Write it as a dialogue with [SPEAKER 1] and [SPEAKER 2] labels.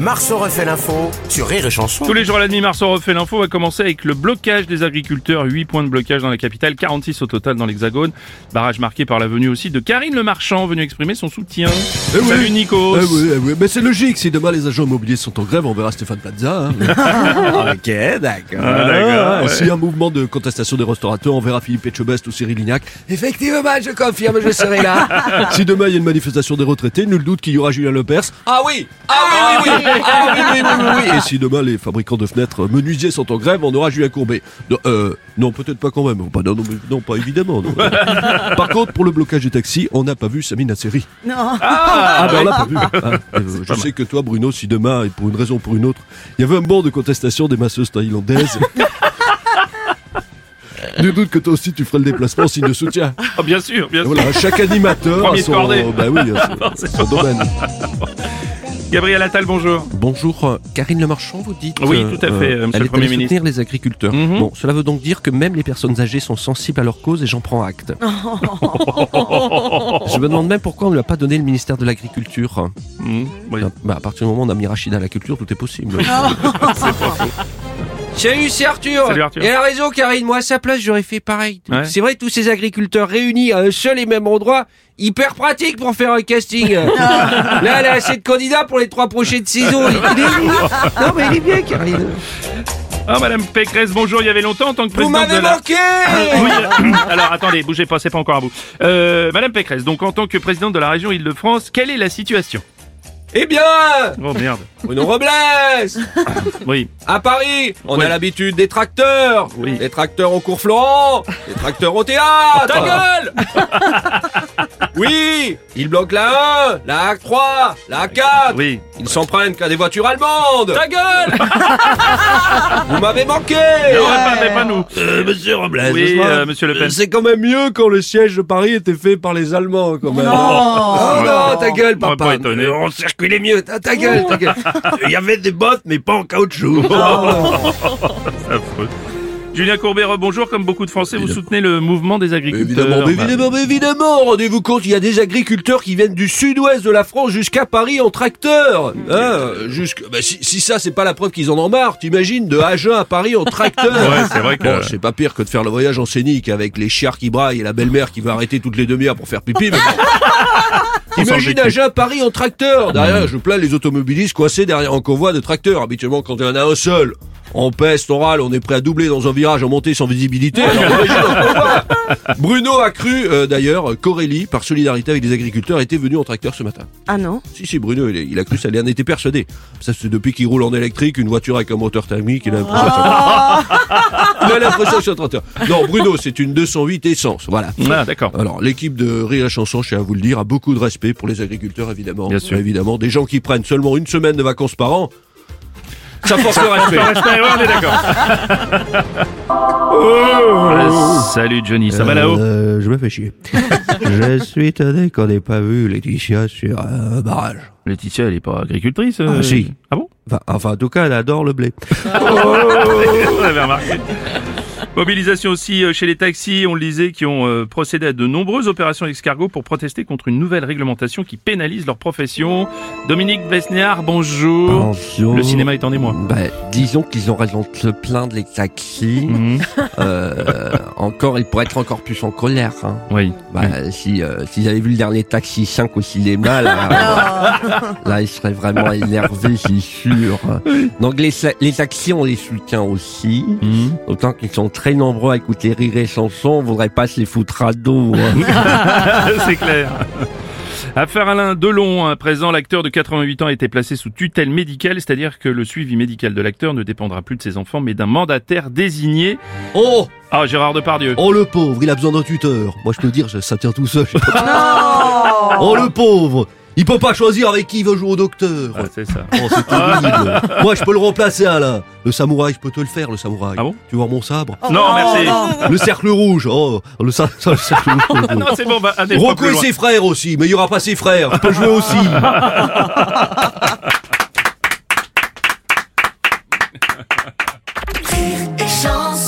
[SPEAKER 1] Marceau refait l'info sur Rire et Chanson.
[SPEAKER 2] Tous les jours à la nuit, Marceau refait l'info va commencer avec le blocage des agriculteurs. 8 points de blocage dans la capitale, 46 au total dans l'Hexagone. Barrage marqué par la venue aussi de Karine Le Marchand, venue exprimer son soutien.
[SPEAKER 3] Eh oui.
[SPEAKER 2] Salut Nico.
[SPEAKER 3] Eh oui, eh oui, mais c'est logique, si demain les agents immobiliers sont en grève, on verra Stéphane Plaza. ok, d'accord.
[SPEAKER 2] d'accord, ouais.
[SPEAKER 3] Si un mouvement de contestation des restaurateurs, on verra Philippe Etchebest ou Cyril Lignac. Effectivement, je confirme, je serai là. si demain il y a une manifestation des retraités, nul doute qu'il y aura Julien Lepers. Ah oui Ah oui, oui, oui Ah oui, oui, oui, oui, oui. Et si demain les fabricants de fenêtres euh, menuisiers sont en grève, on aura Julien Courbet. Non, euh, non, peut-être pas quand même. Pas- non, non, mais- non, pas évidemment. non. Par contre, pour le blocage des taxis, on n'a pas vu Samina Seri. Ah,
[SPEAKER 2] bah,
[SPEAKER 3] ben on l'a pas vu. Ah, euh, je sais que toi, Bruno, si demain, et pour une raison ou pour une autre, il y avait un banc de contestation des masseuses thaïlandaises. Nul doute que toi aussi tu ferais le déplacement signe de soutien.
[SPEAKER 2] Ah, bien sûr, bien sûr.
[SPEAKER 3] Voilà, chaque animateur
[SPEAKER 2] Premier
[SPEAKER 3] a
[SPEAKER 2] de
[SPEAKER 3] son,
[SPEAKER 2] cordée.
[SPEAKER 3] bah oui, a son- son domaine.
[SPEAKER 2] Gabriel Attal, bonjour.
[SPEAKER 4] Bonjour, euh, Karine Le Marchand, vous dites. euh,
[SPEAKER 2] Oui, tout à fait, monsieur
[SPEAKER 4] elle
[SPEAKER 2] le
[SPEAKER 4] est
[SPEAKER 2] Premier
[SPEAKER 4] allée
[SPEAKER 2] ministre.
[SPEAKER 4] soutenir les agriculteurs.
[SPEAKER 2] Mhm.
[SPEAKER 4] Bon, cela veut donc dire que même les personnes âgées sont sensibles à leur cause et j'en prends acte. Je me demande même pourquoi on ne lui a pas donné le ministère de l'Agriculture.
[SPEAKER 2] Mmh, oui.
[SPEAKER 3] Ah.
[SPEAKER 4] Bah, à partir du moment où on a mis Rachida à la culture, tout est possible.
[SPEAKER 5] Salut, c'est Arthur.
[SPEAKER 2] Salut, Arthur.
[SPEAKER 5] Et elle a raison, Karine. Moi, à sa place, j'aurais fait pareil.
[SPEAKER 2] Ouais.
[SPEAKER 5] C'est vrai, tous ces agriculteurs réunis à un seul et même endroit, hyper pratique pour faire un casting. Là, elle a assez de candidats pour les trois prochaines saisons. Il est bien. Non, mais il est bien, Karine.
[SPEAKER 2] Ah, Madame Pécresse, bonjour. Il y avait longtemps en tant que
[SPEAKER 5] Vous
[SPEAKER 2] présidente
[SPEAKER 5] m'avez
[SPEAKER 2] de la...
[SPEAKER 5] manqué.
[SPEAKER 2] Oui, alors attendez, bougez pas, c'est pas encore à bout. Euh, Madame Pécresse, donc en tant que présidente de la région Île-de-France, quelle est la situation
[SPEAKER 5] Eh bien,
[SPEAKER 2] Oh merde.
[SPEAKER 5] Bruno Robles,
[SPEAKER 2] Oui.
[SPEAKER 5] à Paris, on
[SPEAKER 2] Ouais.
[SPEAKER 5] a l'habitude des tracteurs.
[SPEAKER 2] Oui.
[SPEAKER 5] Des tracteurs au cours Florent, des tracteurs au théâtre. Ta gueule Oui, ils bloquent la 1, la 3, la 4.
[SPEAKER 2] Oui.
[SPEAKER 5] Ils s'en prennent qu'à des voitures allemandes Ta gueule Vous m'avez manqué
[SPEAKER 3] Eh
[SPEAKER 2] Non, pas, mais pas nous.
[SPEAKER 3] monsieur Robles,
[SPEAKER 2] Oui, euh, Monsieur Le Pen.
[SPEAKER 3] c'est quand même mieux quand le siège de Paris était fait par les Allemands, quand même.
[SPEAKER 5] Oh
[SPEAKER 3] Ah,
[SPEAKER 5] non, ta gueule,
[SPEAKER 2] On va pas
[SPEAKER 5] papa
[SPEAKER 2] étonner.
[SPEAKER 3] on circulait mieux.
[SPEAKER 5] Ta, ta gueule, ta gueule
[SPEAKER 3] Il y avait des bottes, mais pas en caoutchouc.
[SPEAKER 2] Affreux. Julien Courbet, bonjour. Comme beaucoup de Français, vous soutenez le mouvement des agriculteurs.
[SPEAKER 3] Évidemment, mais
[SPEAKER 2] Bah,
[SPEAKER 3] évidemment, mais évidemment. Rendez-vous compte, il y a des agriculteurs qui viennent du sud-ouest de la France jusqu'à Paris en tracteur. Hein, jusque- bah, si, si ça, c'est pas la preuve qu'ils en ont marre. T'imagines, de Agen à Paris en tracteur.
[SPEAKER 2] Ouais, c'est vrai que-
[SPEAKER 3] Bon, c'est pas pire que de faire le voyage en scénique avec les chiards qui braillent et la belle-mère qui va arrêter toutes les demi-heures pour faire pipi. mais bon. Imagine
[SPEAKER 2] décrit.
[SPEAKER 3] Agen à Paris en tracteur.
[SPEAKER 2] Mm.
[SPEAKER 3] Derrière, je plains les automobilistes coincés derrière un convoi de tracteurs. Habituellement, quand il y en a un seul, on peste, on râle, on est prêt à doubler dans un virage en montée sans visibilité. Alors, imagine un convoi. Bruno a cru, euh, d'ailleurs, qu'Aurélie, par solidarité avec les agriculteurs, était venu en tracteur ce matin.
[SPEAKER 6] Ah non
[SPEAKER 3] Si, si, Bruno, il, est- il a cru, ça il en était persuadé. Ça, c'est depuis qu'il roule en électrique, une voiture avec un moteur thermique, il a l'impression que
[SPEAKER 2] Ah.
[SPEAKER 3] c'est- Il a l'impression que c'est un tracteur. Non, Bruno, c'est une 208 essence, voilà.
[SPEAKER 2] Ah, d'accord.
[SPEAKER 3] Alors, l'équipe de Rire et Chanson, je tiens à vous le dire, a beaucoup de respect pour les agriculteurs, évidemment.
[SPEAKER 2] Bien sûr.
[SPEAKER 3] Évidemment, des gens qui prennent seulement une semaine de vacances par an, ça force le respect.
[SPEAKER 2] Ouais, ouais, on est d'accord. Euh, Salut Johnny, ça va là-haut
[SPEAKER 7] Euh, Je me fais chier. je suis étonné qu'on n'ait pas vu Laetitia sur euh, un barrage.
[SPEAKER 2] Laetitia, elle est pas agricultrice euh,
[SPEAKER 7] Ah, si.
[SPEAKER 2] Ah bon
[SPEAKER 7] Enfin, enfin, en tout cas, elle adore le blé.
[SPEAKER 2] Vous avez remarqué. Mobilisation aussi euh, chez les taxis, on le disait, qui ont euh, procédé à de nombreuses opérations escargot pour protester contre une nouvelle réglementation qui pénalise leur profession. Dominique Besnéard, bonjour.
[SPEAKER 4] Bonjour.
[SPEAKER 2] Le cinéma est en émoi.
[SPEAKER 4] Bah, disons qu'ils ont raison de se plaindre les taxis.
[SPEAKER 2] Mhm.
[SPEAKER 4] Euh, encore, ils pourraient être encore plus en colère. hein.
[SPEAKER 2] Oui.
[SPEAKER 4] Bah, si, euh, s'ils avaient vu le dernier Taxi 5 au cinéma, là, là ils seraient vraiment énervés, c'est sûr. Donc les, sa- les taxis, on les soutient aussi.
[SPEAKER 2] Mhm.
[SPEAKER 4] Autant qu'ils sont très nombreux à écouter rire et chanson, on voudrait pas se les foutre à dos. hein.
[SPEAKER 2] C'est clair. Affaire Alain Delon, à présent, l'acteur de 88 ans a été placé sous tutelle médicale, c'est-à-dire que le suivi médical de l'acteur ne dépendra plus de ses enfants, mais d'un mandataire désigné.
[SPEAKER 3] Oh,
[SPEAKER 2] Ah, Gérard Depardieu.
[SPEAKER 3] Oh le pauvre, il a besoin d'un tuteur. Moi je peux dire, ça tient tout seul. oh le pauvre, il peut pas choisir avec qui il veut jouer au docteur.
[SPEAKER 2] Ah, c'est ça.
[SPEAKER 3] Oh, c'est
[SPEAKER 4] Ah.
[SPEAKER 3] terrible. Moi je peux le remplacer Alain. Le samouraï, je peux te le faire le samouraï.
[SPEAKER 2] Ah bon
[SPEAKER 3] tu vois mon sabre
[SPEAKER 2] non, merci.
[SPEAKER 3] Le cercle rouge. Oh, le, sa- le cercle rouge.
[SPEAKER 4] Ah
[SPEAKER 2] Non, c'est bon, bah, un des trois
[SPEAKER 3] Rocco
[SPEAKER 2] plus
[SPEAKER 3] et
[SPEAKER 2] loin.
[SPEAKER 3] ses frères aussi, mais il y aura pas ses frères. Je peux jouer aussi.
[SPEAKER 6] rire et chanson.